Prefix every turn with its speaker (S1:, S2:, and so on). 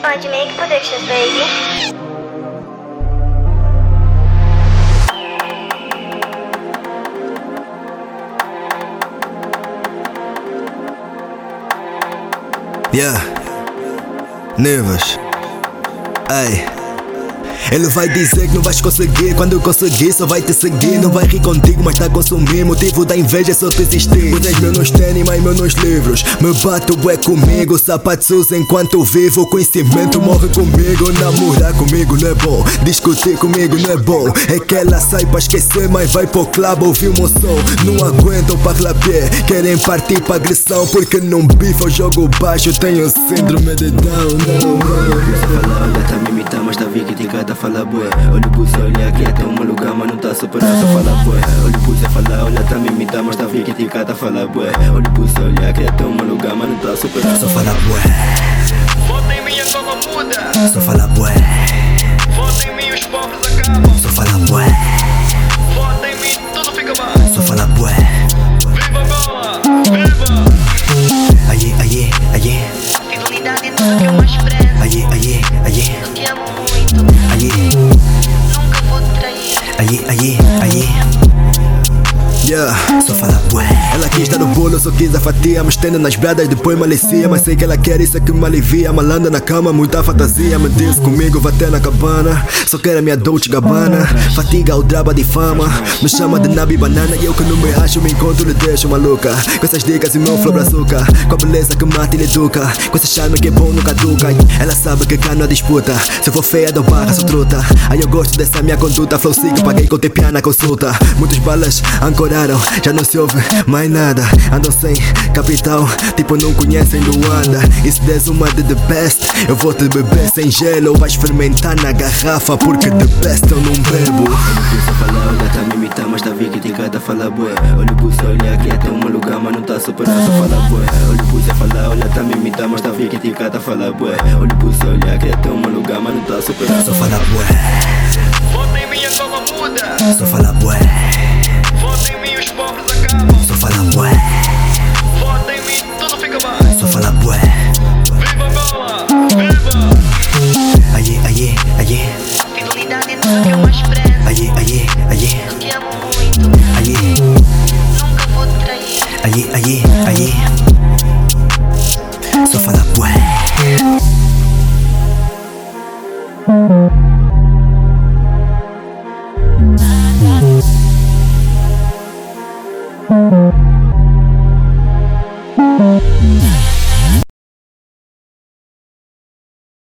S1: time to make predictions, baby.
S2: Yeah. Nervos. Ai. Ele vai dizer que não vais conseguir Quando eu conseguir só vai te seguir Não vai rir contigo mas tá a consumir Motivo da inveja é só tu existir Usas meu nos tênis, mas meu nos livros Me bato é comigo, sapatos uso enquanto vivo Conhecimento morre comigo Namorar comigo não é bom Discutir comigo não é bom É que ela sai pra esquecer Mas vai pro club ouvir o meu som Não aguentam pra clapier Querem partir pra agressão Porque não bifa, eu jogo baixo Tenho síndrome de Down não, não.
S3: Ela tá me imitar, mas tá vendo que tem cara tá fala bué Olha o pulso, olha aqui, até um lugar, mas não tá superando, só fala bué Olha o pulso, fala, olha tá me imitar, mas tá vendo que tem cara tá fala bué Olha o pulso, olha aqui, até um lugar, mas não tá superando,
S2: Só fala bué,
S4: Votem em mim a sova muda
S2: só fala bué
S4: Votem em mim os pobres acabam
S2: Só fala bué,
S4: Votem em mim tudo fica bem
S2: só fala bué
S4: Viva Angola, viva
S2: Aie, aie, aie
S1: Fidelidade é tudo que eu mais prezo.
S2: Aie, aie, aie
S1: Eu te amo muito,
S2: Aie,
S1: nunca vou te trair.
S2: aie, aie, aie Yeah, só fala bué Ela quis dar o bolo, eu só quis a fatia Me estendo nas bradas, depois malecia Mas sei que ela quer, isso é que me alivia Malanda na cama, muita fantasia Me diz comigo, vá até na cabana Só quero a minha Dolce Gabbana Fatiga o draba de fama Me chama de nabi banana E eu que não me acho, me encontro, lhe deixo maluca Com essas dicas e meu flow brazuca Com a beleza que mata e lhe educa Com essa charme que é bom, nunca duca Ela sabe que cá não há disputa Se eu for feia, dou barra, sou truta Aí eu gosto dessa minha conduta Flow sigo, paguei com tepiá na consulta Muitos balas ancoraram Já não se ouve mais nada Andam sem capital Tipo não conhecem Luanda E se des uma de the best Eu vou te beber sem gelo Vais fermentar na garrafa Porque the best eu não bebo
S3: Pulso, fala, olha tá me imitar, mas tá vendo que tem cara fala bué Olha o pulso, olha aqui, até um lugar, mas não tá superando, só fala bué Olha o pulso, fala, olha tá me imitar, mas tá vendo que tem cara fala bué Olha o pulso, olha aqui, até um lugar, mas não tá superando,
S2: Só fala bué
S4: Votem em mim a sova muda
S2: Só fala bué
S4: Votem em mim os pobres acabam
S2: Só fala bué
S4: Votem em mim tudo fica bem
S2: Só fala bué
S4: Viva Angola, viva
S2: Aie, aie, aie
S1: Fidelidade é tudo que eu mais prezo.
S2: Aie, aie, aie
S1: Eu te amo muito,
S2: Aie,
S1: nunca vou te trair.
S2: aie, aie, aie